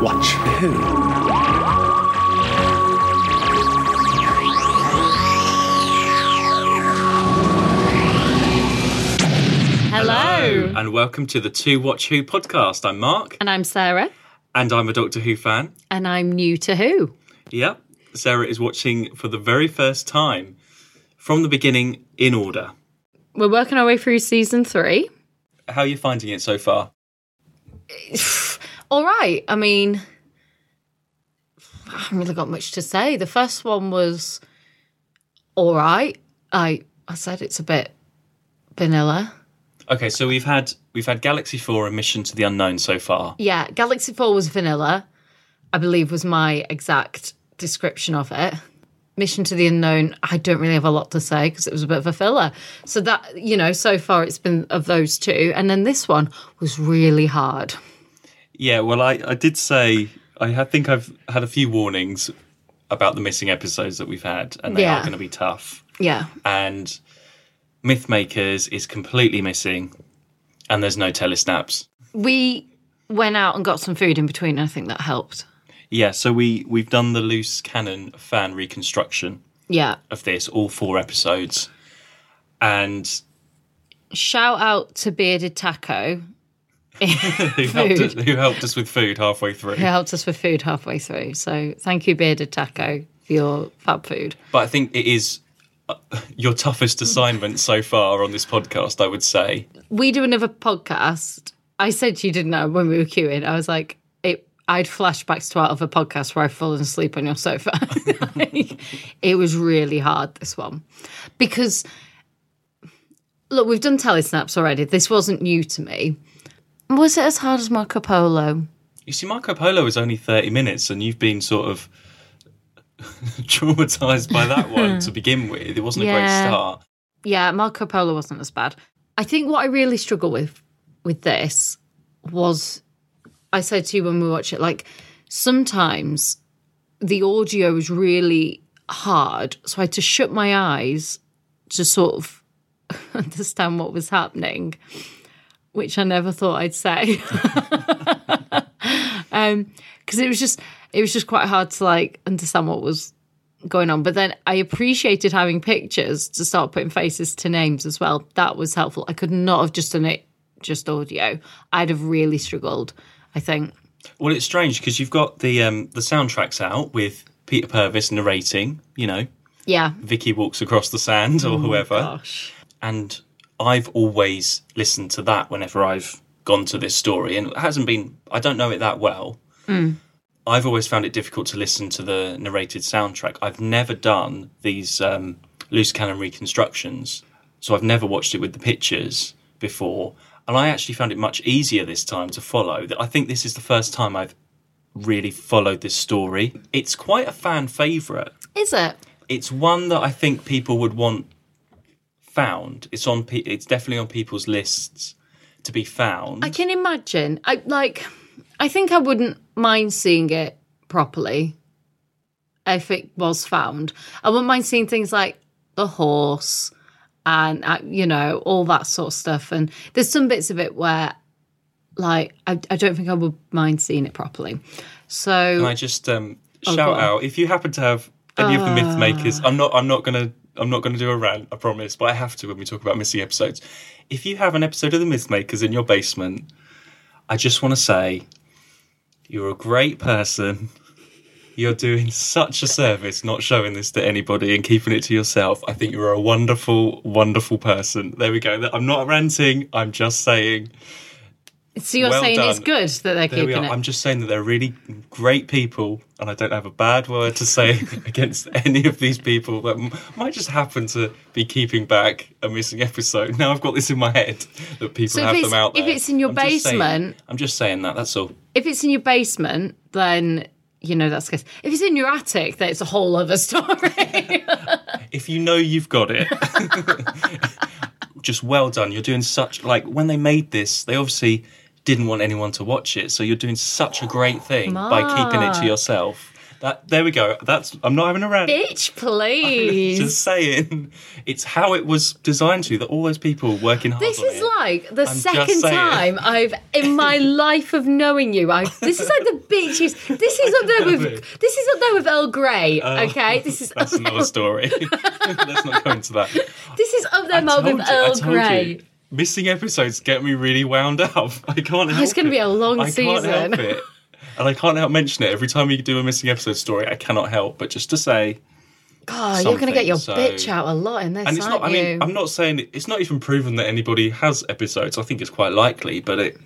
Watch who? Hello. And welcome to the Two Watch Who podcast. I'm Mark, And I'm Sarah, and I'm a Doctor Who fan. and I'm new to Who. Yep. Sarah is watching for the very first time from the beginning in order. We're working our way through season three. How are you finding it so far? All right. I mean, I haven't really got much to say. The first one was all right. I I said it's a bit vanilla. Okay, so we've had we've had Galaxy 4 and Mission to the Unknown so far. Yeah, Galaxy 4 was vanilla, I believe was my exact description of it. Mission to the Unknown, I don't really have a lot to say because it was a bit of a filler. So that, you know, so far it's been of those two. And then this one was really hard. Yeah, well I, I did say I ha- think I've had a few warnings about the missing episodes that we've had and they Yeah. are going to be tough. Yeah. And Mythmakers is completely missing and there's no telesnaps. We went out and got some food in between. I think that helped. Yeah, so we we've done the loose canon fan reconstruction Yeah. of this, all four episodes, and Shout out to Bearded Taco. who helped us, who helped us with food halfway through. He helped us with food halfway through. So thank you, Bearded Taco, for your fab food. But I think it is uh, your toughest assignment so far on this podcast, I would say. we do another podcast. I said to you, didn't I, when we were queuing? I was like, it. I'd flashbacks to our other podcast where I've fallen asleep on your sofa. Like, it was really hard, this one. Because, look, we've done telesnaps already. This wasn't new to me. Was it as hard as Marco Polo? You see, Marco Polo is only thirty minutes, and you've been sort of traumatized by that one to begin with. It wasn't a great Yeah. start. Yeah, Marco Polo wasn't as bad. I think what I really struggle with with this was I said to you when we watch it, like sometimes the audio is really hard, so I had to shut my eyes to sort of understand what was happening, which I never thought I'd say. um because it was just it was just quite hard to like understand what was going on. But then I appreciated having pictures to start putting faces to names as well. That was helpful. I could not have just done it just audio. I'd have really struggled, I think. Well, it's strange because you've got the um, the soundtracks out with Peter Purvis narrating. You know, Yeah. Vicky walks across the sand or whoever. Gosh. And I've always listened to that whenever I've gone to this story, and it hasn't been. I don't know it that well. I've always found it difficult to listen to the narrated soundtrack. I've never done these um, loose cannon reconstructions, so I've never watched it with the pictures before. And I actually found it much easier this time to follow. I think this is the first time I've really followed this story. It's quite a fan favourite Is it? it's one that I think people would want found. It's on. Pe- it's definitely on people's lists to be found. I can imagine. I like I think I wouldn't mind seeing it properly if it was found. I wouldn't mind seeing things like the horse and uh, you know all that sort of stuff and there's some bits of it where like I, I don't think I would mind seeing it properly. Can So Oh, I just um, go shout on. Ah. out if you happen to have any of the myth makers? I'm not. I'm not gonna. I'm not going to do a rant, I promise, but I have to when we talk about missing episodes. If you have an episode of the Myth Makers in your basement, I just want to say you're a great person. You're doing such a service not showing this to anybody and keeping it to yourself. I think you're a wonderful, wonderful person. There we go. I'm not ranting. I'm just saying. so you're well saying it's done. good that they're There we keeping are. it. I'm just saying that they're really great people, and I don't have a bad word to say against any of these people that m- might just happen to be keeping back a missing episode. Now I've got this in my head that people So if have it's- them out if there. it's in your I'm just saying- basement- I'm just saying that. That's all. if it's in your basement then you know that's good. If it's in your attic then it's a whole other story. If you know you've got it. Just well done. You're doing such like when they made this, they obviously didn't want anyone to watch it. So you're doing such a great thing by keeping it to yourself. That there we go. That's I'm not having a rant. Bitch, please. Just saying, it's how it was designed to that all those people working hard. This on is it. like the just second saying. time I've in my life of knowing you. I've this is like the bitches. This is up there know it. Oh, with this is up there with Earl Grey. okay, this is up That's another story. Let's not go into that. this is up there I Mel, told with you, I Earl told Grey. you. Missing episodes get me really wound up. I can't help Oh, gonna it. be a long I season. Can't help it. And I can't help mentioning it. Every time you do a missing episode story, I cannot help but just to say God, you're gonna get your something, bitch so- out a lot in this, and it's aren't not I you? mean, I'm not saying it's not even proven that anybody has episodes. I think it's quite likely, but it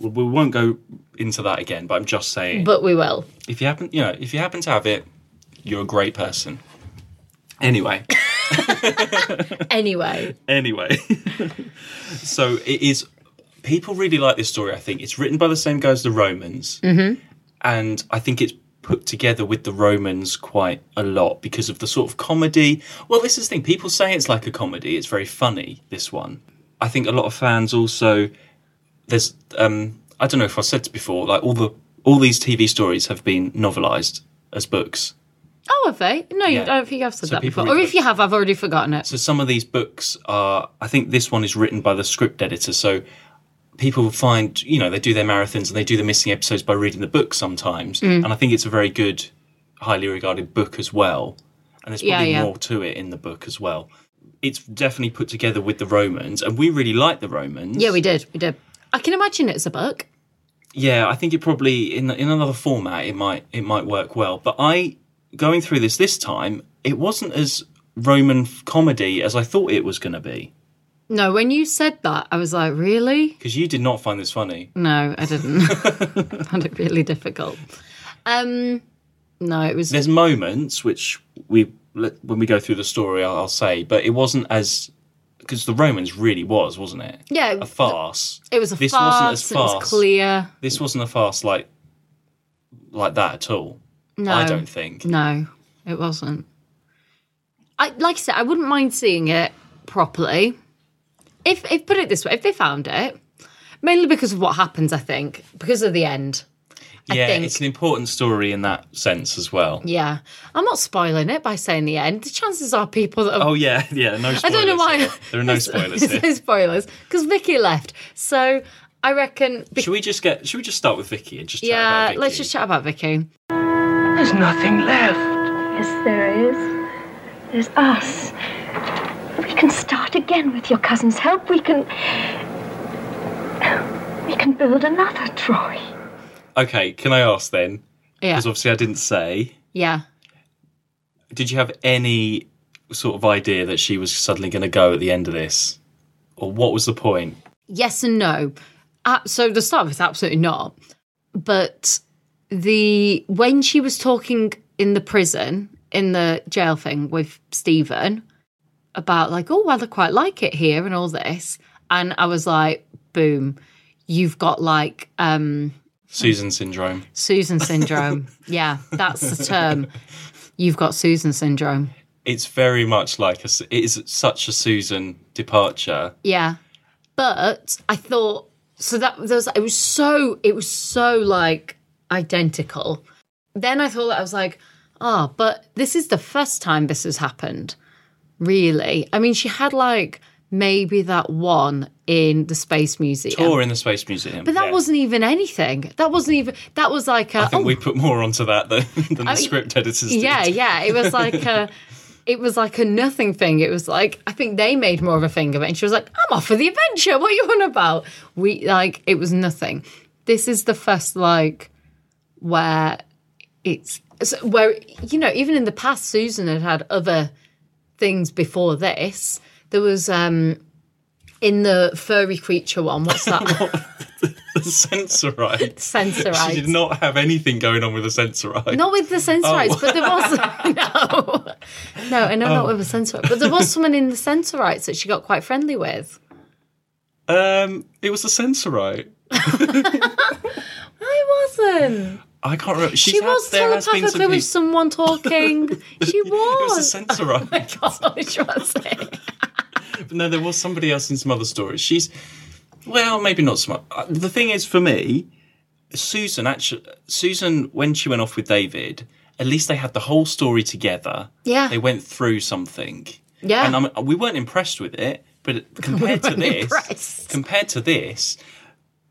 we- we won't go into that again, but I'm just saying but we will. if you happen you know, if you happen to have it, you're a great person. Anyway. Anyway, Anyway, so it is. People really like this story. I think it's written by the same guy as the Romans, mm-hmm. and I think it's put together with the Romans quite a lot because of the sort of comedy. Well, this is the thing. People say it's like a comedy. It's very funny. This one, I think a lot of fans also. There's, um, I don't know if I said before, like all the all these TV stories have been novelized as books. oh, have they? No, you, Yeah. I don't think I've said So that people before. Or read if you have, I've already forgotten it. So some of these books are. I think this one is written by the script editor. So people find you know they do their marathons and they do the missing episodes by reading the book sometimes. Mm. And I think it's a very good, highly regarded book as well. And there's Yeah, probably yeah. more to it in the book as well. It's definitely put together with the Romans, and we really like the Romans. Yeah, we did. We did. I can imagine it's a book. Yeah, I think it probably in in another format it might it might work well. But I going through this this time, it wasn't as Roman f- comedy as I thought it was going to be. No, when you said that, I was like, really? Because you did not find this funny. No, I didn't. found it really difficult. Um, no, it was There's moments which we let- when we go through the story, I'll, I'll say, but it wasn't as because the Romans really was, wasn't it? yeah, a farce. it was a this farce. wasn't as It was farce. clear. This wasn't a farce like like that at all. No, I don't think. No, it wasn't. I like I said, I wouldn't mind seeing it properly. If if put it this way, if they found it, mainly because of what happens, I think, because of the end. yeah, think- it's an important story in that sense as well. Yeah, I'm not spoiling it by saying the end. The chances are people that have Oh yeah, yeah. No. Spoilers I don't know why. here. there are no Oh, spoilers here. no spoilers because Vicky left. So I reckon. Be- Should we just get? Should we just start with Vicky and just chat about yeah, Vicky? let's just chat about Vicky. There's nothing left. Yes, there is. There's us. We can start again with your cousin's help. We can. We can build another Troy. Okay. Can I ask then? Yeah, Because obviously I didn't say. yeah. did you have any sort of idea that she was suddenly going to go at the end of this or what was the point Yes and no. Uh, so the start of it's absolutely not. But the when she was talking in the prison in the jail thing with Stephen about like, oh, well, I quite like it here and all this, and I was like, boom, you've got like. um susan syndrome Susan syndrome. yeah, that's the term. You've got Susan syndrome. it's very much like a, it is such a susan departure Yeah. But I thought so that there was it was so it was so like identical. Then I thought that I was like, ah, but this is the first time this has happened. Really. I mean, she had like maybe that one in the Space Museum. or in the space museum But that wasn't even anything. That wasn't even that was like a I think oh, we put more onto that than, than the script editors did. Yeah, yeah. It was like a, it was like a nothing thing. It was like I think they made more of a thing of it, and she was like, "I'm off for the adventure. What are you on about?" We like it was nothing. This is the first like where it's so where you know even in the past Susan had had other things before this. There was um in the furry creature one. What's that? The sensorite. Sensorite. She did not have anything going on with the sensorite. Not with the Oh. sensorites, but there was no, no, and I'm Oh. not with a sensorite, but there was someone in the sensorites that she got quite friendly with. Um, it was the sensorite. I wasn't. I can't remember. She's She had- was Oh there has been some telepathically people- with someone talking. she It was. was the sensorite. Gosh, was it? No, there was somebody else in some other stories. She's, well, maybe not smart. Uh, The thing is, for me, Susan actually, Susan when she went off with David at least they had the whole story together. Yeah. They went through something. Yeah. And I'm, we weren't impressed with it, but compared to weren't this, impressed. compared to this,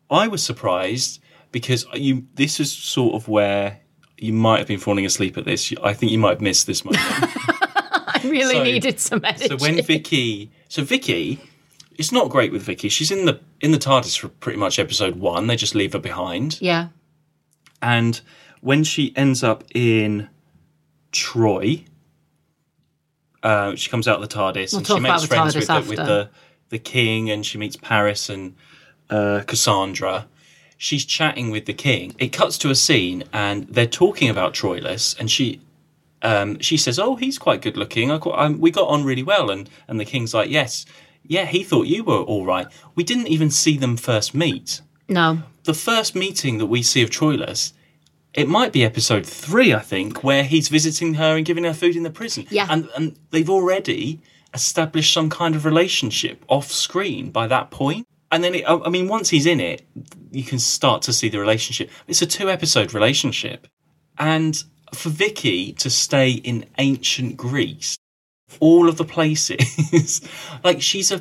I was surprised because you. This is sort of where you might have been falling asleep at this. I think you might have missed this moment. I really So- needed some energy. So when Vicky, so Vicky, it's not great with Vicky. She's in the in the TARDIS for pretty much episode one. They just leave her behind, yeah. and when she ends up in Troy, uh, she comes out of the TARDIS and she talk about makes the friends TARDIS with the, with after. the the king, and she meets Paris and uh, Cassandra. She's chatting with the king. It cuts to a scene, and they're talking about Troilus, and she um, she says, "Oh, he's quite good looking. I, quite, um, we got on really well." And and the king's like, "Yes, yeah, he thought you were all right. We didn't even see them first meet. No. The first meeting that we see of Troilus." It might be episode three, I think, where he's visiting her and giving her food in the prison. Yeah. And and they've already established some kind of relationship off screen by that point. And then, it, I I mean, once he's in it, you can start to see the relationship. It's a two episode relationship. And for Vicky to stay in ancient Greece, all of the places, like she's a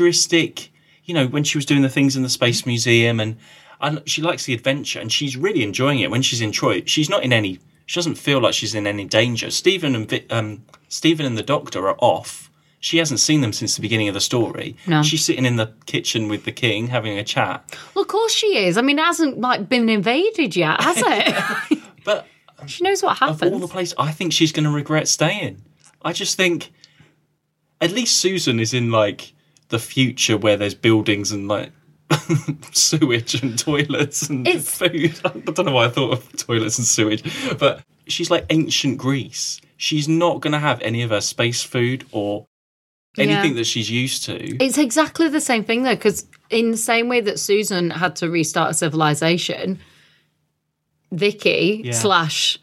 futuristic, you know, when she was doing the things in the Space Museum and, and she likes the adventure and she's really enjoying it when she's in Troy. She's not in any, she doesn't feel like she's in any danger. Stephen and, Vi- um, Stephen and the doctor are off. She hasn't seen them since the beginning of the story. No. She's sitting in the kitchen with the king having a chat. Well, of course she is. I mean, it hasn't like been invaded yet, has it? But she knows what of all the happens. places, I think she's going to regret staying. I just think, at least Susan is in like the future where there's buildings and like sewage and toilets and It's- food. I don't know why I thought of toilets and sewage, but she's like ancient Greece. She's not going to have any of her space food or anything Yeah. that she's used to. It's exactly the same thing though, because in the same way that Susan had to restart a civilization, Vicky Yeah. slash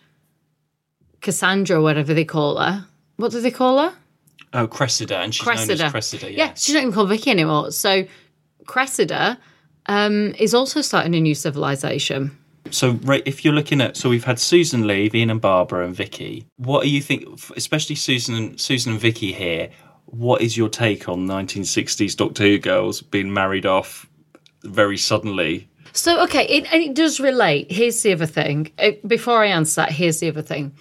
Cassandra, whatever they call her. What do they call her? Oh, Cressida, and she's known Cressida. as Cressida. Yeah, she's not even called Vicky anymore. So Cressida um, is also starting a new civilization. So, Ray, if you're looking at, so we've had Susan leave, Ian and Barbara and Vicky. What do you think, f- especially Susan and Susan and Vicky here? What is your take on 1960s Doctor Who girls being married off very suddenly? So okay, it, and it does relate. Here's the other thing. Uh, Before I answer that, here's the other thing,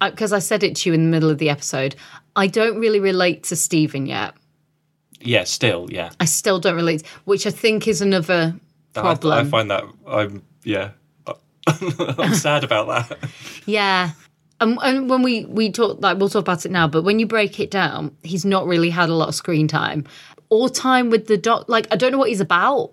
because I said it to you in the middle of the episode. I don't really relate to Stephen yet. Yeah, still, yeah. I still don't relate, which I think is another problem. I, I find that I'm yeah, I'm sad about that. yeah. And, and when we we talk like we'll talk about it now, but when you break it down, he's not really had a lot of screen time or time with the doc. Like I don't know what he's about.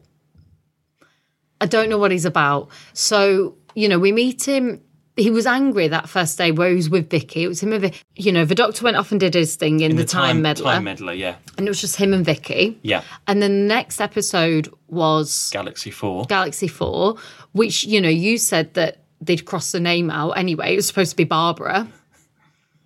I don't know what he's about. So you know, we meet him. He was angry that first day where he was with Vicky. It was him and Vicky. You know, the doctor went off and did his thing in, the, time, meddler, time meddler, yeah, and it was just him and Vicky. yeah. And then the next episode was Galaxy Four. Galaxy 4, which, you know, you said that they'd cross the name out anyway. It was supposed to be Barbara.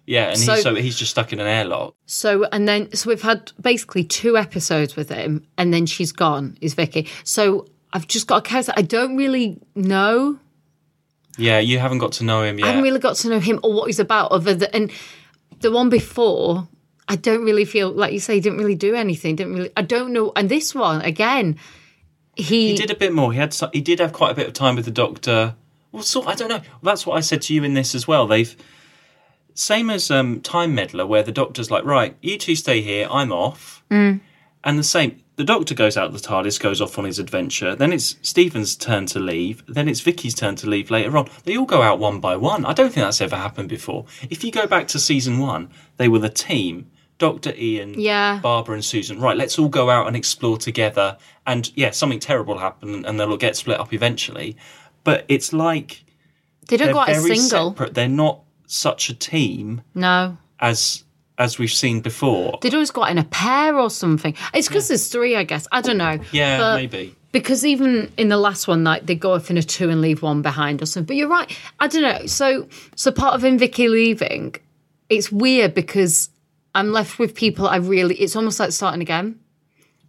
yeah, and so- he's, so he's just stuck in an airlock. So, and then, so we've had basically two episodes with him, and then she's gone, is Vicky. So I've just got a character I don't really know. Yeah, you haven't got to know him yet. I haven't really got to know him or what he's about, other than, and the one before. I don't really feel like you say he didn't really do anything. Didn't really. I don't know. And this one again, he, he did a bit more. He had so- he did have quite a bit of time with the doctor. Well, sort I don't know. That's what I said to you in this as well. They've same as um, Time Meddler, where the doctor's like, right, you two stay here, I'm off, and the same. The doctor goes out the TARDIS, goes off on his adventure. Then it's Stephen's turn to leave. Then it's Vicky's turn to leave later on. They all go out one by one. I don't think that's ever happened before. If you go back to season one, they were the team. Dr. Ian, Yeah. Barbara and Susan. Right, let's all go out and explore together. And yeah, something terrible happened and they'll get split up eventually. But it's like they don't they're go out as very single. separate. They're not such a team No, as as we've seen before. They'd always got in a pair or something. It's because there's three, I guess. I don't know. yeah, But- maybe. Because even in the last one, like they go off in a two and leave one behind or something. But you're right. I don't know. So, so part of in Vicky leaving, it's weird because I'm left with people I really. It's almost like starting again.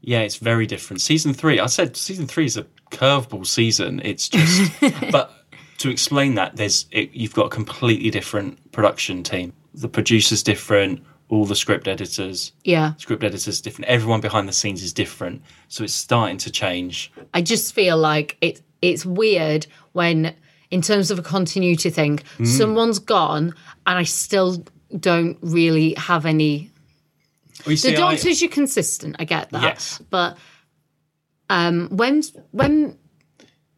Yeah, it's very different. Season three, I said season three is a curveball season. It's just but to explain that, there's it, you've got a completely different production team. The producers different, all the script editors, Yeah. script editors different. Everyone behind the scenes is different, so it's starting to change. I just feel like it it's weird when in terms of a continuity thing, Mm. someone's gone and I still don't really have any Well, the you see, I- doctors you're consistent, I get that. Yes. But um when when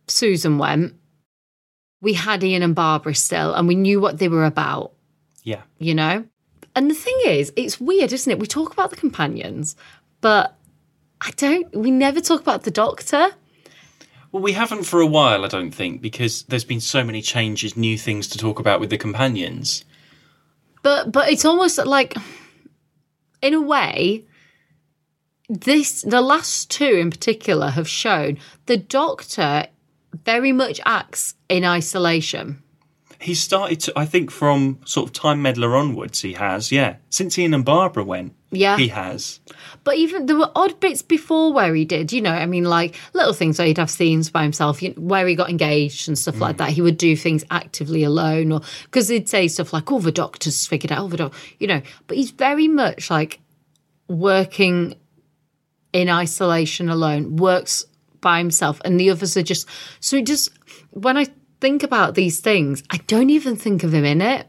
Susan went, we had Ian and Barbara still and we knew what they were about yeah, you know? And the thing is, it's weird, isn't it? We talk about the companions, but I don't, we never talk about the doctor. Well, we haven't for a while, I don't think, because there's been so many changes, new things to talk about with the companions. But, but it's almost like, in a way, this, the last two in particular have shown the doctor very much acts in isolation. He started to, I think, from sort of Time Meddler onwards, he has, yeah. Since Ian and Barbara went, Yeah. he has. But even there were odd bits before where he did, you know, I mean, like little things where he'd have scenes by himself, you where he got engaged and stuff like that. He would do things actively alone, or because he'd say stuff like, "Oh, the doctor's figured out, oh, the doc-" you know." But he's very much like working in isolation alone, works by himself, and the others are just. So it just when I think about these things, I don't even think of him in it.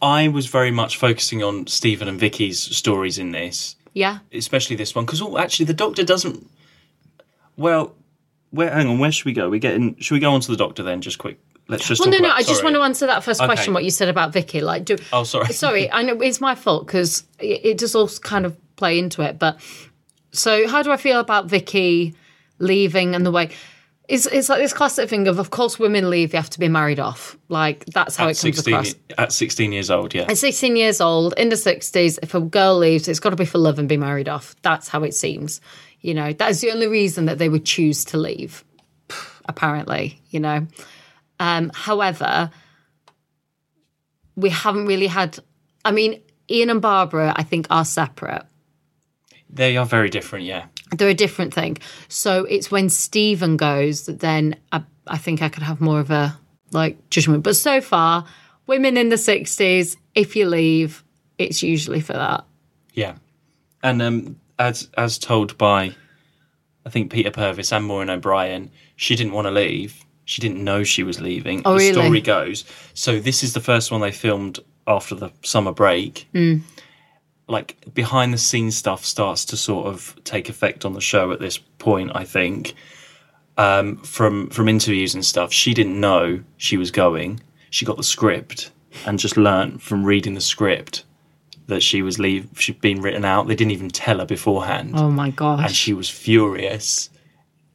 I was very much focusing on Stephen and Vicky's stories in this, Yeah, especially this one, because oh, actually the Doctor doesn't. Well, where? Hang on, where should we go? We getting? Should we go on to the Doctor then? Just quick. Let's just. Well, no, talk no. about- I just sorry. want to answer that first Okay. question. What you said about Vicky, like, do, Oh, sorry. sorry. I know it's my fault because it, it does all kind of play into it. But so, how do I feel about Vicky leaving and the way? It's it's like this classic thing of, of course, women leave. You have to be married off. Like that's how At it comes sixteen, across. at sixteen years old, yeah. At 16 years old, in the 60s, if a girl leaves, it's got to be for love and be married off. That's how it seems. You know, that is the only reason that they would choose to leave, apparently, you know. Um, however, we haven't really had, I mean, Ian and Barbara, I think, are separate. They are very different, yeah. They're a different thing. So it's when Stephen goes that then I, I think I could have more of a like judgment. But so far, women in the 60s, if you leave, it's usually for that. Yeah, and um, as as told by, I think Peter Purvis and Maureen O'Brien, she didn't want to leave. She didn't know she was leaving. Oh, the really? story goes. So this is the first one they filmed after the summer break. Hmm. Like behind the scenes stuff starts to sort of take effect on the show at this point. I think um, from from interviews and stuff, she didn't know she was going. She got the script and just learnt from reading the script that she was leave she'd been written out. They didn't even tell her beforehand, Oh my and gosh. she was furious.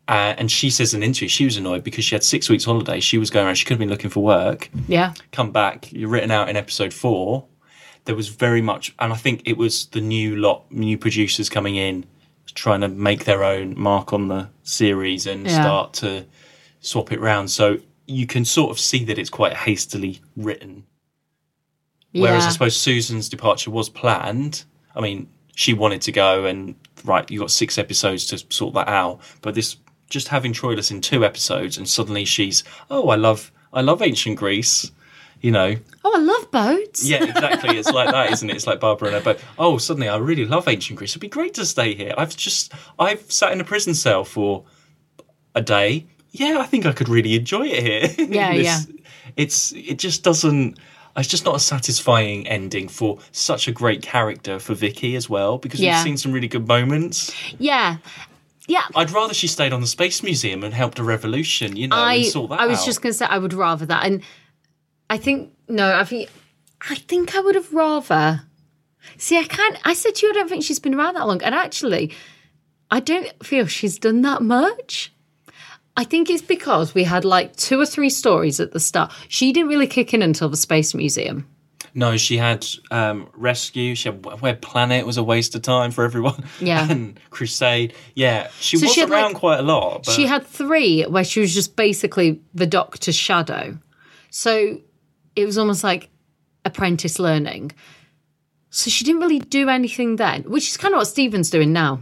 Uh, and she says in an interview she was annoyed because she had six weeks holiday. She was going around. She could have been looking for work. Yeah. Come back. You're written out in episode four. There was very much, and I think it was the new lot, new producers coming in, trying to make their own mark on the series and Yeah. start to swap it round. So you can sort of see that it's quite hastily written. Whereas yeah. I suppose Susan's departure was planned. I mean, she wanted to go, and right, you got six episodes to sort that out. But this, just having Troilus in two episodes, and suddenly she's, oh, I love, I love ancient Greece. You know, oh, I love boats. yeah, exactly. It's like that, isn't it? It's like Barbara and her boat. Oh, suddenly I really love ancient Greece. It'd be great to stay here. I've just, I've sat in a prison cell for a day. Yeah, I think I could really enjoy it here. Yeah, It's, it just doesn't. It's just not a satisfying ending for such a great character for Vicky as well, because Yeah. we've seen some really good moments. Yeah. Yeah. I'd rather she stayed on the space museum and helped a revolution, you know, and I, sort that I was out. just going to say I would rather that. And I think, no, I think, I think I would have rather. See, I can't, I said to you, I don't think she's been around that long. And actually, I don't feel she's done that much. I think it's because we had like two or three stories at the start. She didn't really kick in until the Space Museum. No, she had um, Rescue. She had Web Planet was a waste of time for everyone. Yeah. and Crusade. Yeah, she So was she had, around like- quite a lot. But She had three where she was just basically the doctor's shadow. So it was almost like apprentice learning. So she didn't really do anything then, which is kind of what Stephen's doing now.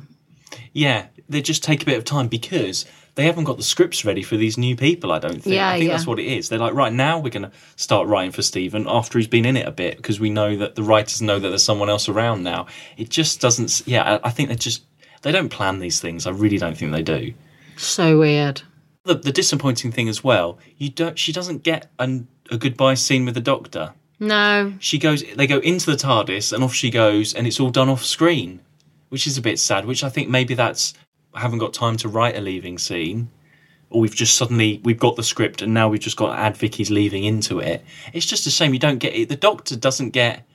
yeah, they just take a bit of time because they haven't got the scripts ready for these new people. I don't think. Yeah, I think yeah. that's what it is. They're like, right now we're going to start writing for Stephen after he's been in it a bit because we know that the writers know that there's someone else around now. It just doesn't. s- Yeah, I, I think they just they don't plan these things. I really don't think they do. So weird. The, the disappointing thing as well, you don't. She doesn't get an, a goodbye scene with the Doctor. No. She goes. They go into the TARDIS and off she goes, and it's all done off screen, which is a bit sad. Which I think maybe that's I haven't got time to write a leaving scene, or we've just suddenly we've got the script and now we've just got to add Vicky's leaving into it. It's just a shame you don't get it. The Doctor doesn't get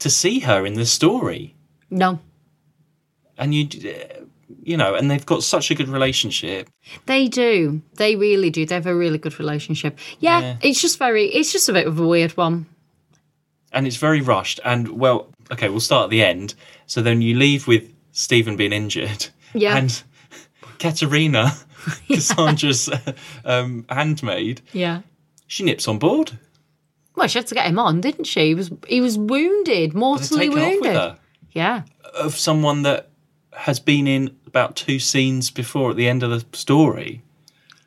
to see her in the story No. and you you know and they've got such a good relationship They do. They really do. They have a really good relationship. Yeah, Yeah. it's just very, it's just a bit of a weird one. and it's very rushed and well okay we'll start at the end so then you leave with stephen being injured Yeah. and katerina cassandra's um, handmaid Yeah. she nips on board Well, she had to get him on, didn't she? He was, he was wounded, They're mortally taken off with wounded. her Yeah. of someone that has been in about two scenes before at the end of the story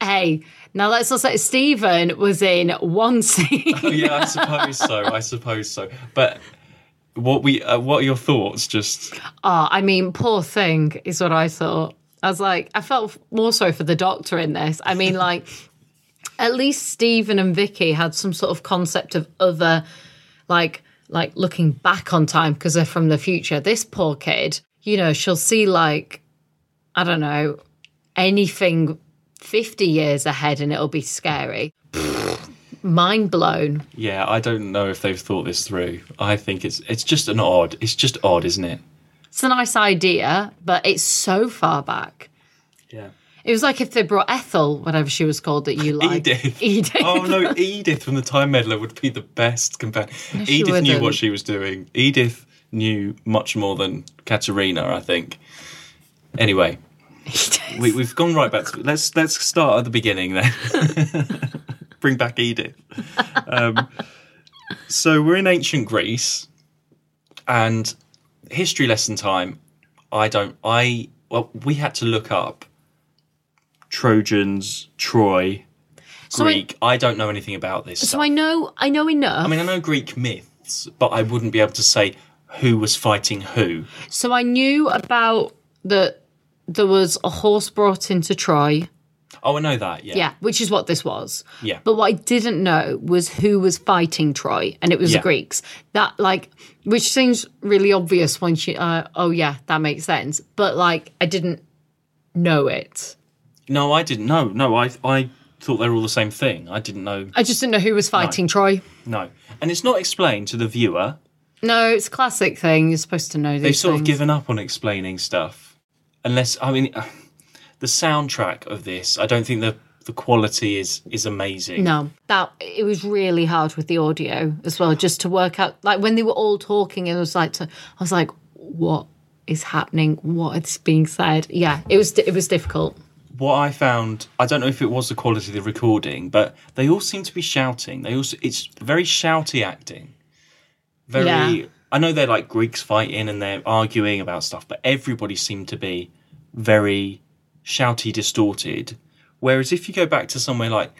Hey, now let's not say Stephen was in one scene. oh yeah i suppose so i suppose so but what we uh, what are your thoughts just Oh, I mean, poor thing is what I thought. I was like, I felt more so for the doctor in this. I mean, like, at least Stephen and Vicky had some sort of concept of other, like, like looking back on time because they're from the future. This poor kid, you know, she'll see like, I don't know, anything fifty years ahead, and it'll be scary. Mind blown. Yeah, I don't know if they've thought this through. I think it's it's just an odd. It's just odd, isn't it? It's a nice idea, but it's so far back. Yeah. It was like if they brought Ethel, whatever she was called, that you liked. Edith. Edith. Oh no, Edith from the Time Meddler would be the best companion. she Edith knew wouldn't. what she was doing. Edith knew much more than Katerina, I think. Anyway, Edith. we, we've gone right back. To, let's let's start at the beginning then. Bring back Edith. Um, so we're in ancient Greece, and history lesson time. I don't. I well, we had to look up Trojans, Troy, So I- Greek. I, don't know anything about this. So I know, I know enough. I mean, I know Greek myths, but I wouldn't be able to say who was fighting who. so I knew about that there was a horse brought into Troy. Oh, I know that. Yeah. Yeah, which is what this was. Yeah. But what I didn't know was who was fighting Troy, and it was Yeah. the Greeks. That like, which seems really obvious when she. Uh, oh yeah, that makes sense. But like, I didn't know it. No, I didn't. No, no, I I thought they were all the same thing. I didn't know. I just didn't know who was fighting Troy. No, and it's not explained to the viewer. No, it's a classic thing. You're supposed to know these They've sort of things. given up on explaining stuff, unless I mean, the soundtrack of this. I don't think the the quality is is amazing. No, that it was really hard with the audio as well, just to work out. Like when they were all talking, and it was like, to, I was like, what is happening? What is being said? Yeah, it was it was difficult. What I found, I don't know if it was the quality of the recording, but they all seem to be shouting. They also it's very shouty acting. Very. Yeah. I know they're like Greeks fighting and they're arguing about stuff, but everybody seemed to be very shouty, distorted. Whereas if you go back to somewhere like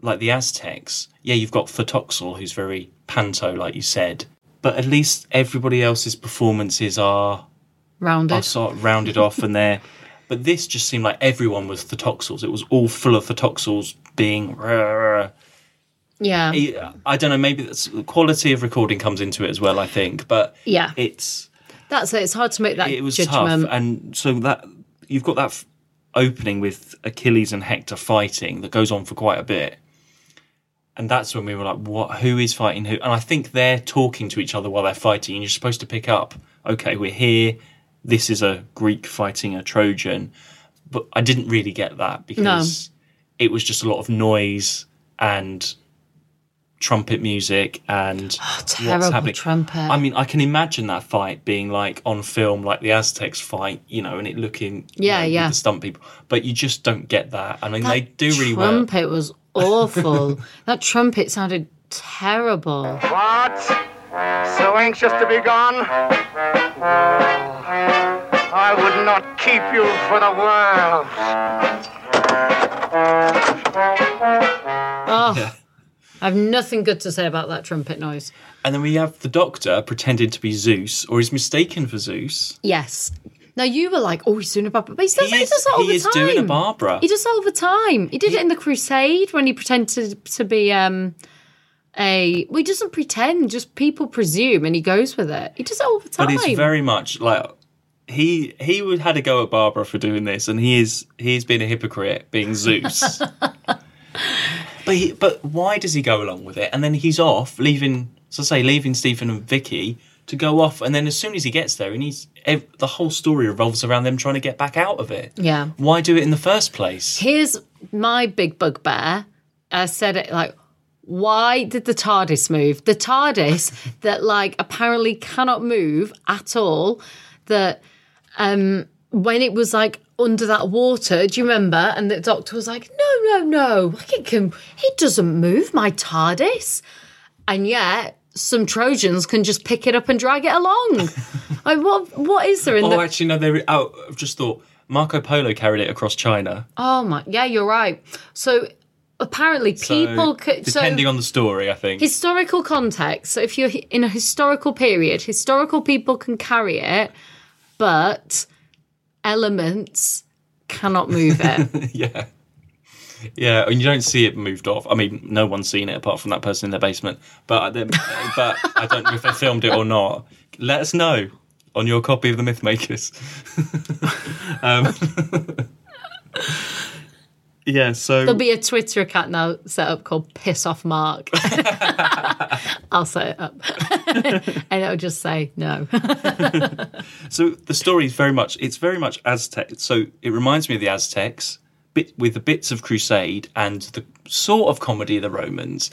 like the Aztecs, yeah, you've got Fotoxel, who's very panto, like you said, but at least everybody else's performances are are Rounded. sort of rounded off and they're. But this just seemed like everyone was Fotoxels. It was all full of Fotoxels being. yeah, I don't know. Maybe that's, the quality of recording comes into it as well. I think, but Yeah. it's that's it. It's hard to make that it was judgment. tough, and so that you've got that f- opening with Achilles and Hector fighting that goes on for quite a bit, and that's when we were like, "What? Who is fighting who?" And I think they're talking to each other while they're fighting, and you're supposed to pick up, "Okay, we're here. This is a Greek fighting a Trojan," but I didn't really get that because it was just a lot of noise and trumpet music and what's terrible happening. trumpet. I mean, I can imagine that fight being like on film, like the Aztecs fight, you know, and it looking you Yeah, know, with yeah. the stunt people, but you just don't get that. I mean, they That do really well. trumpet was awful. that trumpet sounded terrible. What? So anxious to be gone? Oh, I would not keep you for the world. Oh, Yeah. I have nothing good to say about that trumpet noise. And then we have the Doctor pretending to be Zeus, or is mistaken for Zeus. Yes. Now you were like, oh, he's doing a Barbara, but he, does, he is- does that all he the is time. doing a Barbara. He does that all the time. He did it in the Crusade when he pretended to be um a. Well, he doesn't pretend; just people presume, and he goes with it. He does it all the time. But it's very much like he he would had a go at Barbara for doing this, and he is he's been a hypocrite, being Zeus. but he, but why does he go along with it? And then he's off, leaving so say leaving Stephen and Vicky to go off, and then as soon as he gets there, he needs ev- the whole story revolves around them trying to get back out of it. Yeah. Why do it in the first place? Here's my big bugbear. I said it like, why did the TARDIS move? The TARDIS that like apparently cannot move at all. That um when it was like under that water, do you remember? And the doctor was like, no, no, no, like it can, it doesn't move, my TARDIS. And yet. Some Trojans can just pick it up and drag it along. like what? What is there in Oh, the? actually, no. They re- oh, I've just thought Marco Polo carried it across China. Oh my, yeah, you're right. So apparently, So, people could. depending so on the story, I think. historical context. So if you're in a historical period, historical people can carry it, but elements cannot move it. Yeah. Yeah, and you don't see it moved off. I mean, no one's seen it apart from that person in their basement. But then, but I don't know if they filmed it or not. Let us know on your copy of the Mythmakers. um, yeah, so There'll be a Twitter account now set up called Piss Off Mark. I'll set it up. and it'll just say no. so the story is very much it's very much Aztec. So it reminds me of the Aztecs, bit with the bits of Crusade and the sort of comedy of the Romans.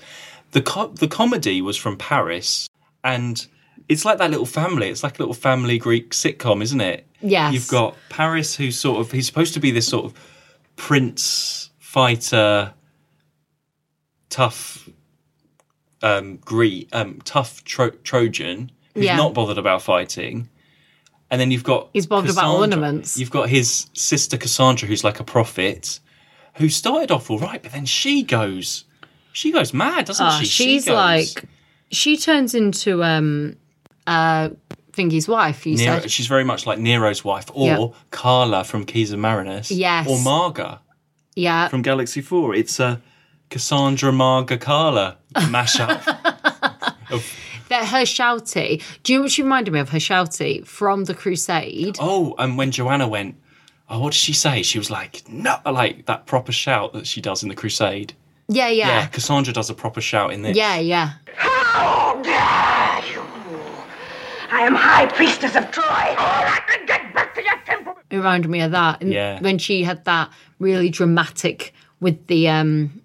The co- the comedy was from Paris, and it's like that little family. It's like a little family Greek sitcom, isn't it? Yes. You've got Paris, who's sort of he's supposed to be this sort of prince fighter, tough, um, Greek, um, tough tro- Trojan who's Yeah. not bothered about fighting. And then you've got He's bothered about Cassandra. ornaments. You've got his sister Cassandra, who's like a prophet, who started off all right, but then she goes, she goes mad, doesn't Ah, she? She she's goes- like, she turns into um, uh, Thingy's wife. You Nero, said she's very much like Nero's wife, or Yeah. Carla from Keys of Marinus, Yes. or Marga yeah. from Galaxy Four. It's a Cassandra Marga Carla mashup. that her shouty. Do you know what she reminded me of? Her shouty from the Crusade. oh, and when Joanna went, oh, what did she say? She was like, no, like that proper shout that she does in the Crusade. Yeah, Yeah, yeah, Cassandra does a proper shout in this. yeah, yeah. How dare you! I am High Priestess of Troy. I can get back to your temple. It reminded me of that. And Yeah. When she had that really dramatic with the um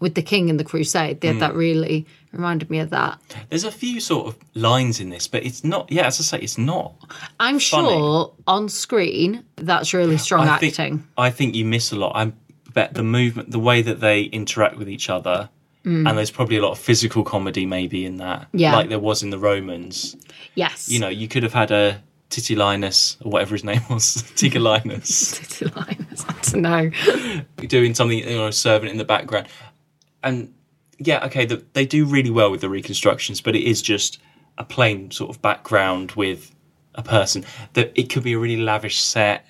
with the king in the Crusade, they had Hmm. that really reminded me of that. There's a few sort of lines in this, but it's not. Yeah, as I say, it's not. I'm sure on screen that's really strong I acting. think I think you miss a lot. I bet the movement, the way that they interact with each other, and there's probably a lot of physical comedy maybe in that. Mm. Yeah. like there was in the Romans. yes. You know, you could have had a Titilinus or whatever his name was, Tigalinus, no. doing something, you know, a servant in the background, and yeah, okay, the, they do really well with the reconstructions, but it is just a plain sort of background with a person. That it could be a really lavish set.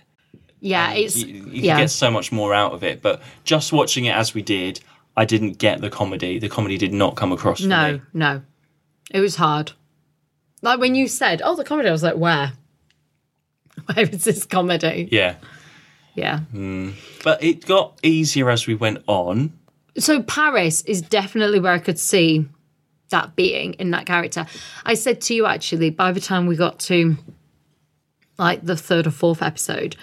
Yeah, it's you, you yeah. get so much more out of it. But just watching it as we did, I didn't get the comedy. The comedy did not come across. For No, me. no. It was hard. Like when you said, oh, the comedy, I was like, where? Where is this comedy? Yeah, Yeah. but it got easier as we went on. So Paris is definitely where I could see that being in that character. I said to you actually, by the time we got to like the third or fourth episode,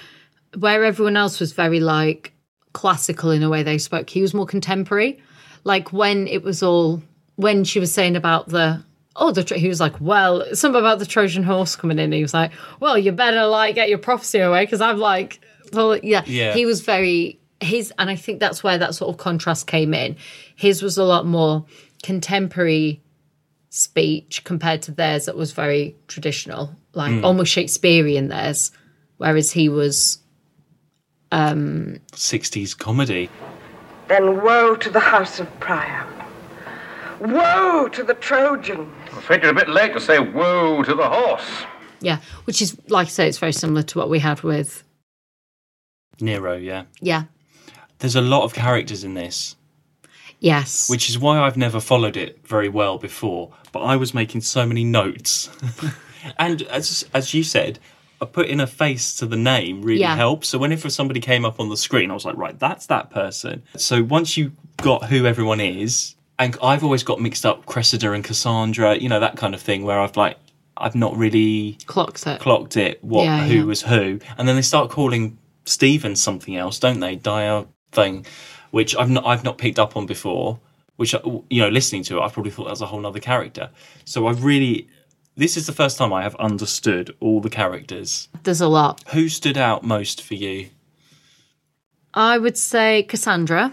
where everyone else was very like classical in a way they spoke, he was more contemporary. Like when it was all when she was saying about the oh the Tro- he was like well something about the Trojan horse coming in. He was like well you better like get your prophecy away because I'm like well, yeah. Yeah. he was very his and I think that's where that sort of contrast came in. His was a lot more contemporary speech compared to theirs that was very traditional, like almost Shakespearean theirs. whereas he was 60s comedy. Then woe to the house of Priam. Woe to the Trojans. I'm afraid you're a bit late to say woe to the horse. yeah, which is like I say, it's very similar to what we had with Nero, yeah. yeah, There's a lot of characters in this, yes, which is why I've never followed it very well before, but I was making so many notes. and as as you said, I put in a face to the name really Yeah. helps. So whenever somebody came up on the screen, I was like, right, that's that person. So once you got who everyone is, and I've always got mixed up Cressida and Cassandra, you know, that kind of thing where I've like I've not really clocks it. clocked it what Yeah, who yeah. was who and then they start calling Stephen something else don't they Dia thing which I've not I've not picked up on before which you know listening to it I probably thought that was a whole other character so I've really this is the first time I have understood all the characters There's a lot. who stood out most for you I would say Cassandra.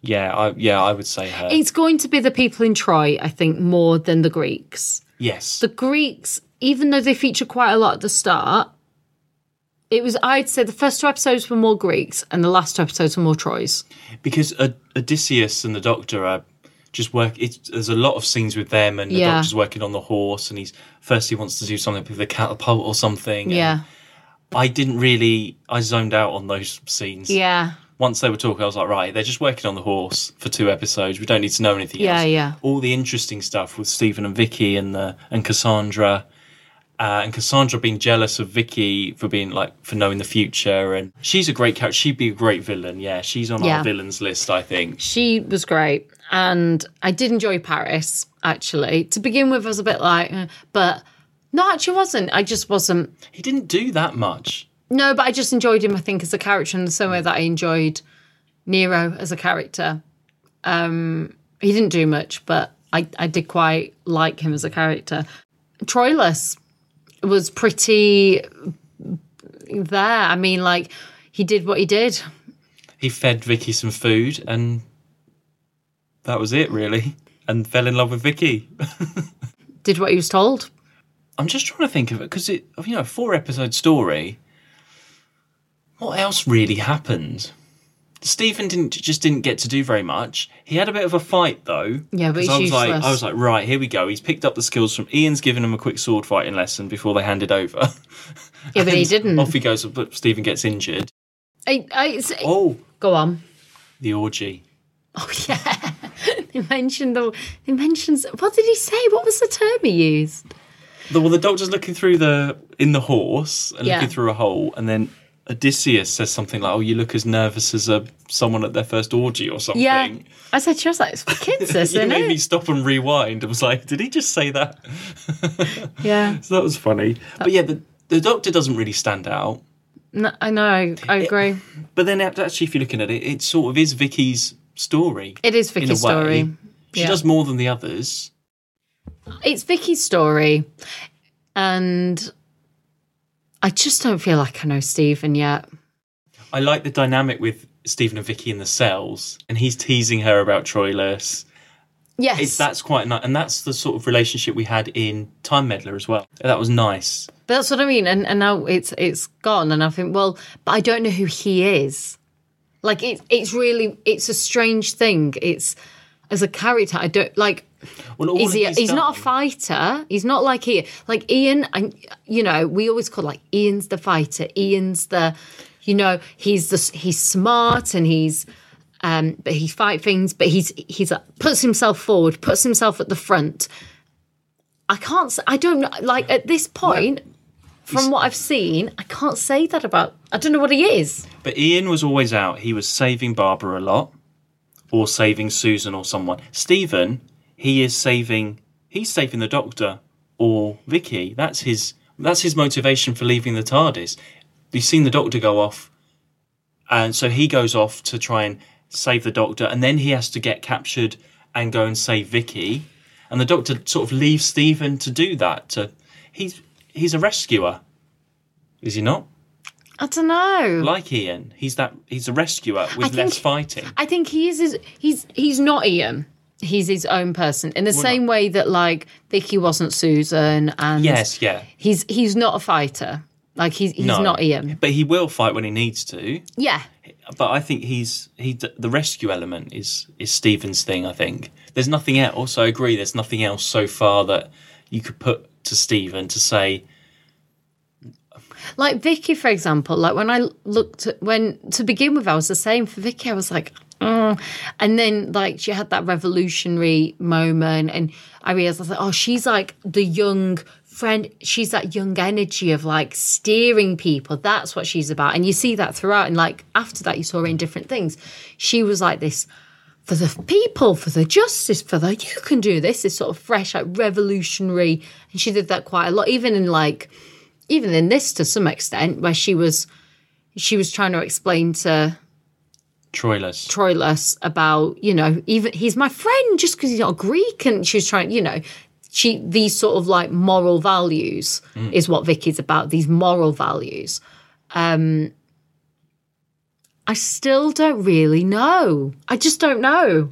yeah I yeah I would say her It's going to be the people in Troy, I think, more than the Greeks. yes The Greeks, even though they feature quite a lot at the start, it was I'd say the first two episodes were more Greeks and the last two episodes were more Troys. because Od- Odysseus and the Doctor are just work. It's, there's a lot of scenes with them, and the Yeah. Doctor's working on the horse, and he's first he wants to do something with the catapult or something. and Yeah. I didn't really. I zoned out on those scenes. Yeah. Once they were talking, I was like, right, they're just working on the horse for two episodes. We don't need to know anything Yeah, else. yeah. All the interesting stuff with Stephen and Vicky and the and Cassandra. Uh, and Cassandra being jealous of Vicky for being like for knowing the future, and she's a great character. She'd be a great villain. Yeah, she's on Yeah. our villains list, I think. She was great. And I did enjoy Paris, actually. To begin with, I was a bit like, eh, but no, actually wasn't. I just wasn't. He didn't do that much. No, but I just enjoyed him, I think, as a character in the same way that I enjoyed Nero as a character. Um, he didn't do much, but I, I did quite like him as a character. Troilus was pretty there. I mean, like, he did what he did. He fed Vicky some food and that was it really. And fell in love with Vicky. Did what he was told. I'm just trying to think of it because it, you know, a four episode story. What else really happened? Stephen didn't just didn't get to do very much. He had a bit of a fight though. Yeah, but 'cause he's I was like, useless. I was like, right, here we go. He's picked up the skills from Ian's, given him a quick sword fighting lesson before they handed over. Yeah, but he And didn't. Off he goes, but Stephen gets injured. I, I, it's- Oh, Go on. the orgy. Oh yeah. they mentioned the they mentions what did he say? What was the term he used? The, well, the doctor's looking through the in the horse and Yeah. looking through a hole, and then Odysseus says something like, "Oh, you look as nervous as a someone at their first orgy or something." Yeah. I said to her, I was like, it's for kids, this, You isn't made me it? stop and rewind. I was like, "Did he just say that?" Yeah. So that was funny. But yeah, the the doctor doesn't really stand out. No, I know, I, I agree. But then act- actually, if you're looking at it, it sort of is Vicky's story. It is in a Vicky's way. story. She Yeah. does more than the others. It's Vicky's story. And I just don't feel like I know Stephen yet. I like the dynamic with Stephen and Vicky in the cells, and he's teasing her about Troilus. Yes. It's that's quite nice, and that's the sort of relationship we had in Time Meddler as well. That was nice. But that's what I mean. And and now it's it's gone. And I think, well, but I don't know who he is. Like it, it's really it's a strange thing. It's as a character, I don't like Well, all Is he, he's he's not a done- fighter. He's not like he like Ian. I, you know, we always call like Ian's the fighter. Ian's the, you know, he's the he's smart and he's, um, but he fight things. But he's he's uh, puts himself forward, puts himself at the front. I can't. s- I don't know. Like at this point, from what I've seen, I can't say that about. I don't know what he is. But Ian was always out. He was saving Barbara a lot, or saving Susan or someone. Stephen, he is saving. He's saving the Doctor or Vicky. That's his. That's his motivation for leaving the TARDIS. You've seen the Doctor go off, and so he goes off to try and save the Doctor, and then he has to get captured and go and save Vicky. And the Doctor sort of leaves Stephen to do that. To he's he's a rescuer, is he not? I don't know. like Ian. He's that. He's a rescuer with think- less fighting. I think he is his, he's he's not Ian. He's his own person in the same way that like Vicky wasn't Susan and Yes, yeah. he's he's not a fighter. Like he's he's No. not Ian. But he will fight when he needs to. Yeah. But I think he's he d- the rescue element is is Stephen's thing. I think there's nothing else. I agree. There's nothing else so far that you could put to Stephen to say Like Vicky, for example, like when I looked at when to begin with, I was the same for Vicky. I was like, "Mm." and then like she had that revolutionary moment, and I realized I was like, oh, she's like the young friend. She's that young energy of like steering people. That's what she's about, and you see that throughout. And like after that, you saw her in different things. She was like this for the people, for the justice, for the you can do this. This sort of fresh, like revolutionary, and she did that quite a lot, even in like even in this to some extent, where she was she was trying to explain to Troilus. Troilus about, you know, even he's my friend just because he's not Greek and she was trying, you know, she these sort of like moral values is what Vicky's about, these moral values. Um I still don't really know. I just don't know.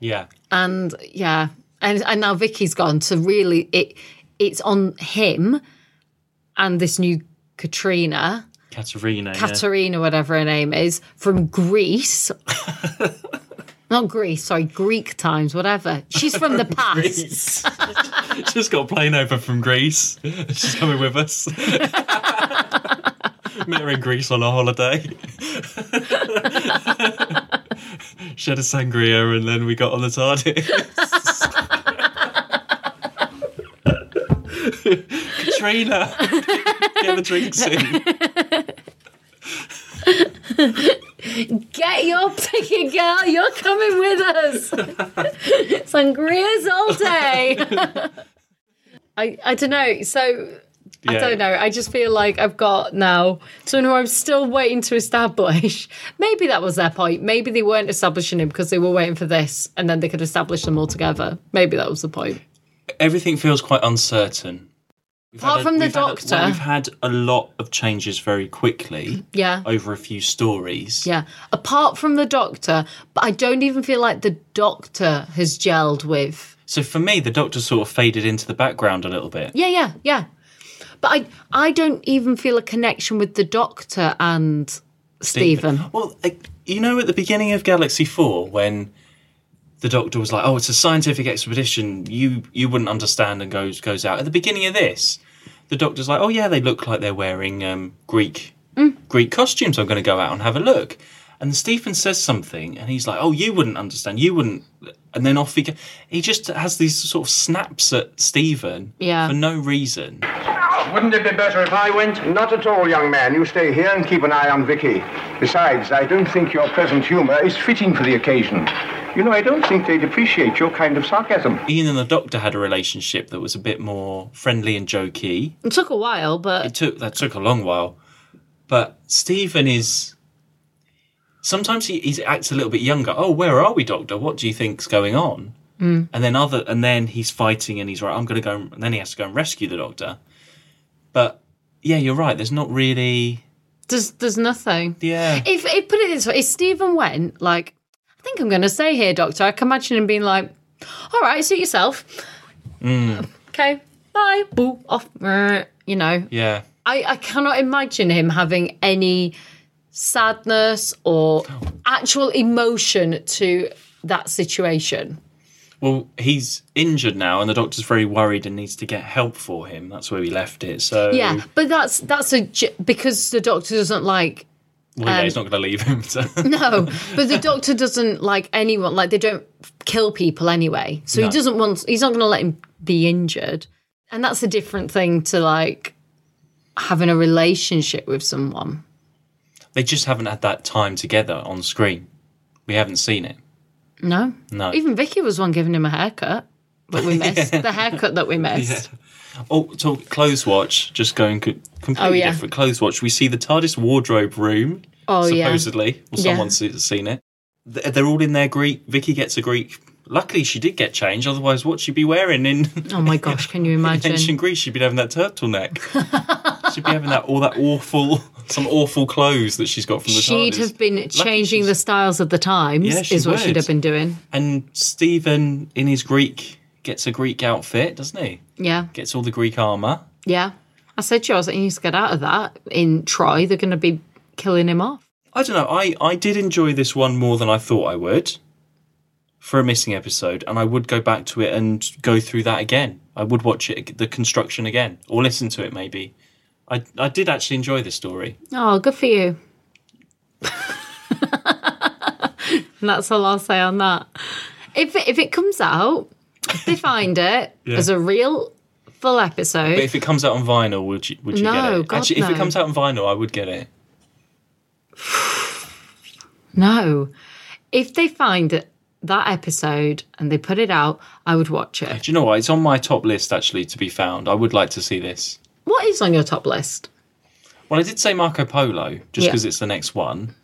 yeah, And yeah. And and now Vicky's gone to really it it's on him and this new Katrina. Katerina. yeah. Katerina, whatever her name is, from Greece. Not Greece, sorry, Greek times, whatever. She's from the past. Greece. Just got a plane over from Greece. She's coming with us. Met her in Greece on a holiday. she had a sangria and then we got on the TARDIS. Katrina, get the drinks in. Get your ticket, girl. You're coming with us. Sangrias all day. I, I don't know. So I Yeah. don't know. I just feel like I've got now someone who I'm still waiting to establish. Maybe that was their point. Maybe they weren't establishing him because they were waiting for this and then they could establish them all together. Maybe that was the point. Everything feels quite uncertain. We've Apart had from the we've had a- well, Doctor. we've had a lot of changes very quickly Yeah. over a few stories. Yeah. Apart from the doctor, but I don't even feel like the doctor has gelled with. So for me, the Doctor sort of faded into the background a little bit. Yeah, yeah, yeah. But I I don't even feel a connection with the doctor and Stephen. Well, I- you know, at the beginning of Galaxy Four, when the Doctor was like, "Oh, it's a scientific expedition. You you wouldn't understand," and goes goes out. At the beginning of this, the Doctor's like, "Oh yeah, they look like they're wearing um, Greek Mm. Greek costumes. I'm going to go out and have a look." And Stephen says something, and he's like, "Oh, you wouldn't understand. You wouldn't." And then off he goes. He just has these sort of snaps at Stephen Yeah. for no reason. Wouldn't it be better if I went? Not at all, young man. You stay here and keep an eye on Vicky. Besides, I don't think your present humor is fitting for the occasion. You know, I don't think they'd appreciate your kind of sarcasm. Ian and the Doctor had a relationship that was a bit more friendly and jokey. It took a while, but It took that took a long while, but Stephen is. Sometimes he, he acts a little bit younger. Oh, where are we, Doctor? What do you think's going on? Mm. And then other, and then he's fighting, and he's right. I'm going to go, and then he has to go and rescue the Doctor. But yeah, you're right. There's not really. there's there's nothing. Yeah, If if put it this way, if Stephen went like, I think I'm going to stay here, Doctor. I can imagine him being like, "All right, suit yourself. Okay, bye, boo, off." You know, yeah. I, I cannot imagine him having any sadness or actual emotion to that situation. Well, he's injured now, and the Doctor's very worried and needs to get help for him. That's where we left it. So Yeah, but that's that's a j- because the doctor doesn't like well, yeah, he's not going to leave him. So. no, but the doctor doesn't like anyone. Like they don't kill people anyway, so he doesn't want. He's not going to let him be injured, and that's a different thing to like having a relationship with someone. They just haven't had that time together on screen. We haven't seen it. No, No. Even Vicky was one giving him a haircut, but we missed the haircut that we missed. Oh, talk clothes watch. Just going co- completely Oh, yeah. different. Clothes watch. We see the TARDIS wardrobe room. Oh, yeah. supposedly. Well, Yeah. someone's se- seen it. Th- They're all in their Greek. Vicky gets a Greek. Luckily, she did get changed. Otherwise, what'd she be wearing in Oh my gosh, can you ancient imagine? Greece? She'd be having that turtleneck. she'd be having that all that awful, some awful clothes that she's got from the She'd TARDIS. have been changing the she's- styles of the times, Yeah, she is what she'd would. have been doing. And Stephen, in his Greek, gets a Greek outfit, doesn't he? Yeah, Gets all the Greek armor. yeah. I said to you, I was like, you need to get out of that. In Troy, they're going to be killing him off. I don't know. I, I did enjoy this one more than I thought I would for a missing episode, and I would go back to it and go through that again. I would watch it, the construction again, or listen to it maybe. I, I did actually enjoy this story. Oh, good for you. And that's all I'll say on that. If it, if it comes out, if they find it as a real full episode, But if it comes out on vinyl, would you, would you get No, it? God, actually, if it no. comes out on vinyl, I would get it. no. If they find it, that episode and they put it out, I would watch it. Do you know what? It's on my top list actually to be found. I would like to see this. What is on your top list? Well, I did say Marco Polo just Yeah. because it's the next one.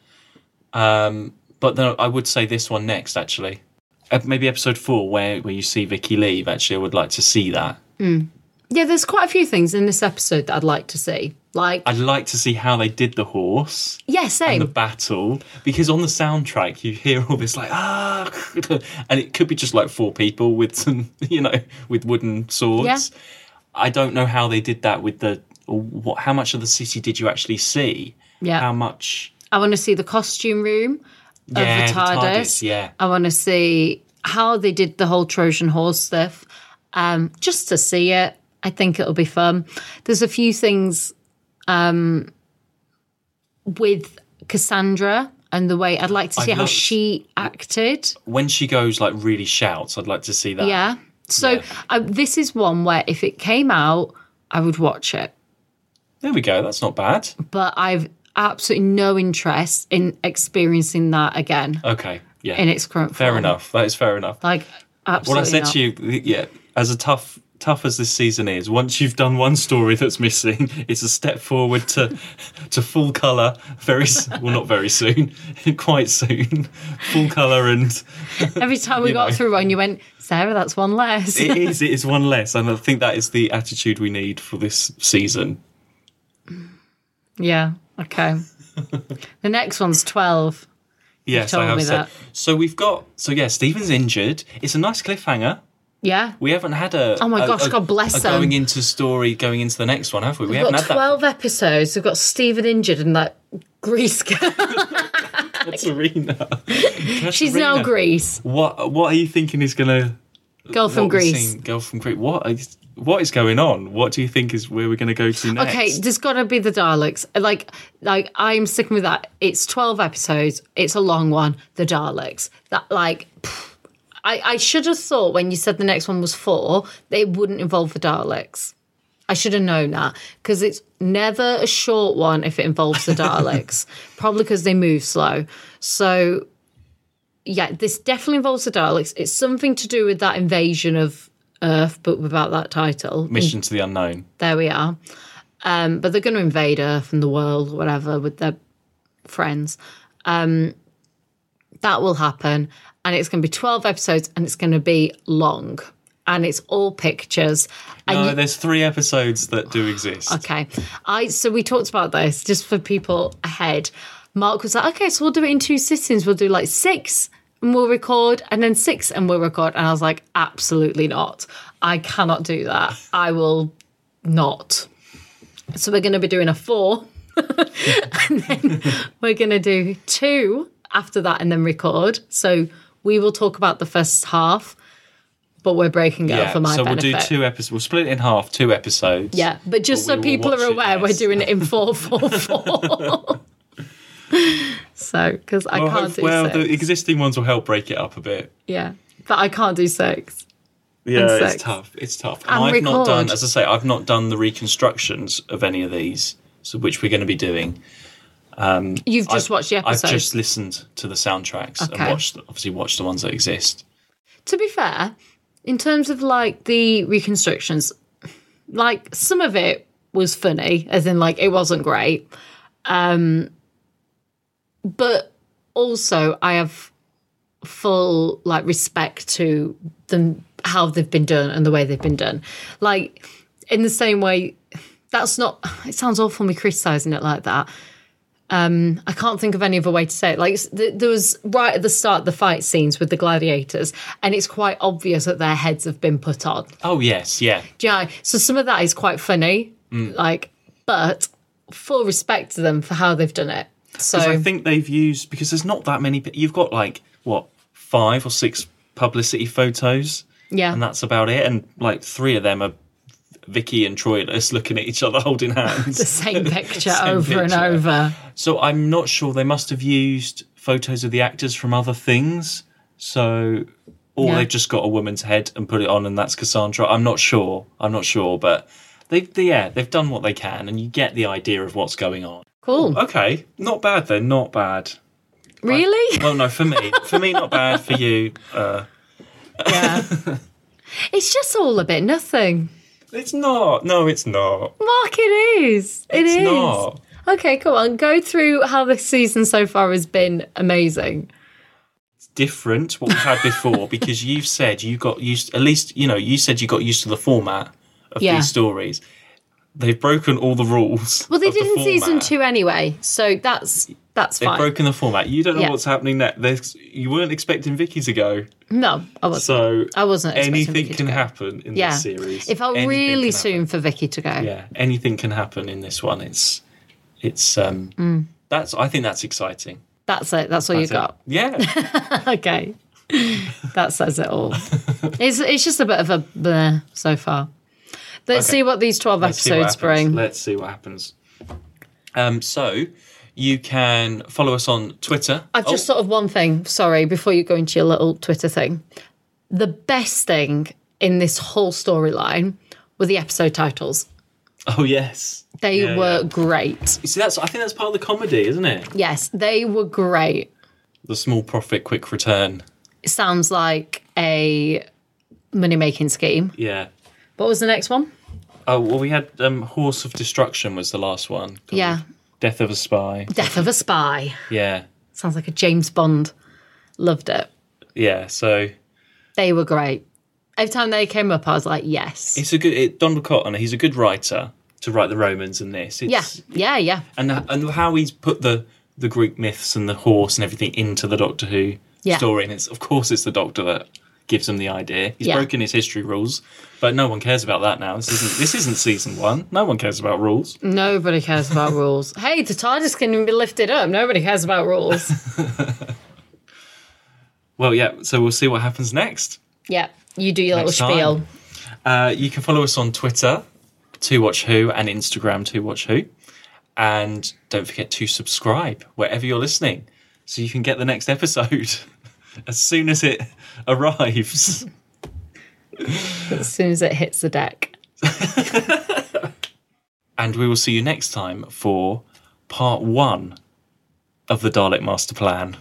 Um, but then I would say this one next actually. Uh, Maybe episode four, where, where you see Vicky leave. Actually, I would like to see that. Yeah, there's quite a few things in this episode that I'd like to see. Like, I'd like to see how they did the horse. yeah, the same. battle because on the soundtrack you hear all this like ah and it could be just like four people with some you know with wooden swords Yeah. i don't know how they did that with the or what how much of the city did you actually see Yeah. how much I want to see the costume room of Yeah, the the TARDIS. TARDIS, yeah. I want to see how they did the whole Trojan horse stuff. Um, just to see it, I think it'll be fun. There's a few things um, with Cassandra and the way I'd like to I'd see how love- she acted. when she goes like really shouts i'd like to see that Yeah. So I, this is one where if it came out, I would watch it. there we go that's not bad But I've absolutely no interest in experiencing that again okay yeah in its current fair form. enough that is fair enough Like, what i absolutely. said not. to you yeah as a tough tough as this season is once you've done one story that's missing it's a step forward to to full color very s- well not very soon quite soon full color and Every time we you got know. through one, you went, Sarah, that's one less. it is it is one less and i think that is the attitude we need for this season yeah. Okay. the next one's 12. yes told i have me said that. so we've got so yeah steven's injured it's a nice cliffhanger Yeah. we haven't had a Oh my a- gosh, a- God bless a them. going into story going into the next one have we we We've haven't got had that 12 episodes. We've got Stephen injured in that Greece. Katerina. She's now Katerina. Greece. What what are you thinking is gonna Girl from what we've Greece. seen- girl from Greece. What is what is going on? What do you think is where we're gonna go to next? Okay, there's got to be the Daleks. Like, like I'm sticking with that. It's 12 episodes. It's a long one. The Daleks. That like, pff, I I should have thought when you said the next one was four, that it wouldn't involve the Daleks. I should have known that because it's never a short one if it involves the Daleks. Probably because they move slow. So, yeah, this definitely involves the Daleks. It's something to do with that invasion of Earth, but without that title Mission to the unknown. there we are. Um, but they're going to invade Earth and the world, whatever, with their friends. Um, that will happen, and it's going to be twelve episodes, and it's going to be long, and it's all pictures. And No, you- there's three episodes that do exist. okay, I so we talked about this just for people ahead. Mark was like, okay, so we'll do it in two sittings. We'll do like six, and we'll record, and then six, and we'll record. And I was like, absolutely not. I cannot do that. I will not. So we're going to be doing a four. and then we're going to do two after that and then record. So we will talk about the first half, but we're breaking it up for my so benefit. we'll do two episodes. We'll split it in half. Two episodes. Yeah, but just But so we will people watch are it, aware, we're yes. doing it in four, four, four. so, because I Well, can't hope- do well, six. the existing ones will help break it up a bit. yeah, but I can't do six. Yeah, six. it's tough. It's tough. And I've not record. done, as I say, I've not done the reconstructions of any of these, so which we're going to be doing. You've just watched the episode. I've just listened to the soundtracks Okay. and watched, obviously, watched the ones that exist. to be fair, in terms of like the reconstructions, like some of it was funny, as in like it wasn't great. Um but also I have full like respect to them how they've been done and the way they've been done. Like in the same way that's not it sounds awful me criticizing it like that. I can't think of any other way to say it. Like s- th- there was right at the start the fight scenes with the gladiators, and it's quite obvious that their heads have been put on. Oh yes, yeah. Do you know? So some of that is quite funny, Mm. Like, but full respect to them for how they've done it. So Because I think they've used because there's not that many. pi- You've got like what five or six publicity photos, yeah, and that's about it. And like three of them are Vicky and Troy us looking at each other holding the hands. same picture Same over and picture. over. so I'm not sure they must have used photos of the actors from other things. So or Yeah. they've just got a woman's head and put it on, and that's Cassandra. I'm not sure. I'm not sure, but they've they, yeah they've done what they can, and you get the idea of what's going on. Cool. Okay, not bad then. Not bad. really? Well, no, for me, for me, not bad. For you, uh, yeah. It's just all a bit nothing. it's not. No, it's not. Mark, it is. It It's is. not. Okay, come on. Go through how this season so far has been amazing. It's different what we had before because you've said you got used. At least you know you said you got used to the format of Yeah. these stories. They've broken all the rules. Well, they of the did in season format. two anyway, so that's that's They've fine. broken the format. You don't know Yeah. what's happening next. There's, you weren't expecting Vicky to go, no, I wasn't. so I wasn't expecting Anything Vicky to can go. happen in yeah, this series. it felt Anything really can happen. soon for Vicky to go. yeah anything can happen in this one it's it's um that's i think that's exciting That's it. That's all That's Mm. you it. got. yeah Okay, that says it all. it's it's just a bit of a bleh so far. Let's Okay. see what these twelve Let's see what episodes happens. bring. let's see what happens um so you can follow us on twitter I've just thought of one thing, sorry, before you go into your little Twitter thing. The best thing in this whole storyline were the episode titles. oh yes They Yeah, were yeah. great. you see that's i think that's part of the comedy isn't it Yes, they were great. the small profit quick return sounds like a money making scheme. yeah What was the next one? oh well we had um horse of destruction was the last one called Yeah. death of a spy Death of a Spy. yeah Sounds like a James Bond. Loved it. yeah so They were great. Every time they came up, I was like, yes. it's a good it, donald cotton he's a good writer to write the romans in this Yeah, it's, yeah, yeah. and and how he's put the the Greek myths and the horse and everything into the Doctor Who Yeah. story, and it's of course it's the Doctor that gives him the idea. He's Yeah. broken his history rules, but no one cares about that now. This isn't this isn't season one. No one cares about rules. Mm. Nobody cares about rules. Hey, the TARDIS can be lifted up. Nobody cares about rules. Well, yeah. So we'll see what happens next. yeah, you do your Next little spiel. time. Uh, you can follow us on Twitter, To Watch Who, and Instagram, To Watch Who, and don't forget to subscribe wherever you're listening, so you can get the next episode as soon as it arrives. As soon as it hits the deck. And we will see you next time for part one of the Dalek Master Plan.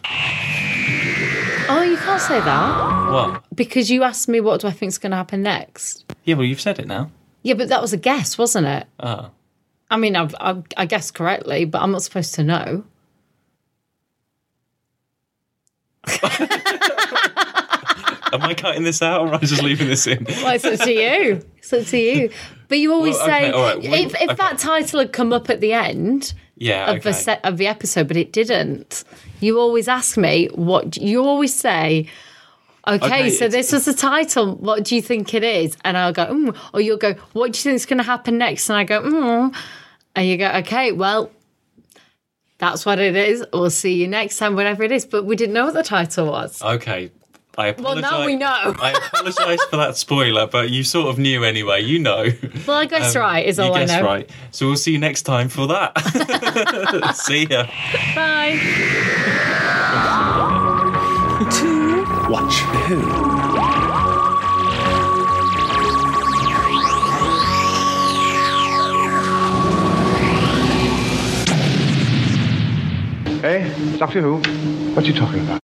Oh, you can't say that What? because you asked me what do I think's going to happen next. Yeah, well, you've said it now. Yeah, but that was a guess, wasn't it? Ah. I mean, I've, I, I guessed correctly, but I'm not supposed to know. Am I cutting this out or am I just leaving this in? Well, it's up to you. It's up to you. But you always Well, okay, say all right, we- if, if okay. that title had come up at the end Yeah, of okay. the set of the episode, but it didn't. You always ask me what do- you always say. Okay, Okay, so it's- this was the title. What do you think it is? And I'll go, mm. or you'll go, what do you think is going to happen next? And I go, mm. and you go, okay, well, that's what it is. We'll see you next time, whatever it is. But we didn't know what the title was. Okay. I apologize. now we know. I apologise for that spoiler, but you sort of knew anyway. You know. Well, I guess right is all Um, you I guessed know. right. So we'll see you next time for that. see ya. Bye. To watch who? Eh? Doctor Who? What are you talking about?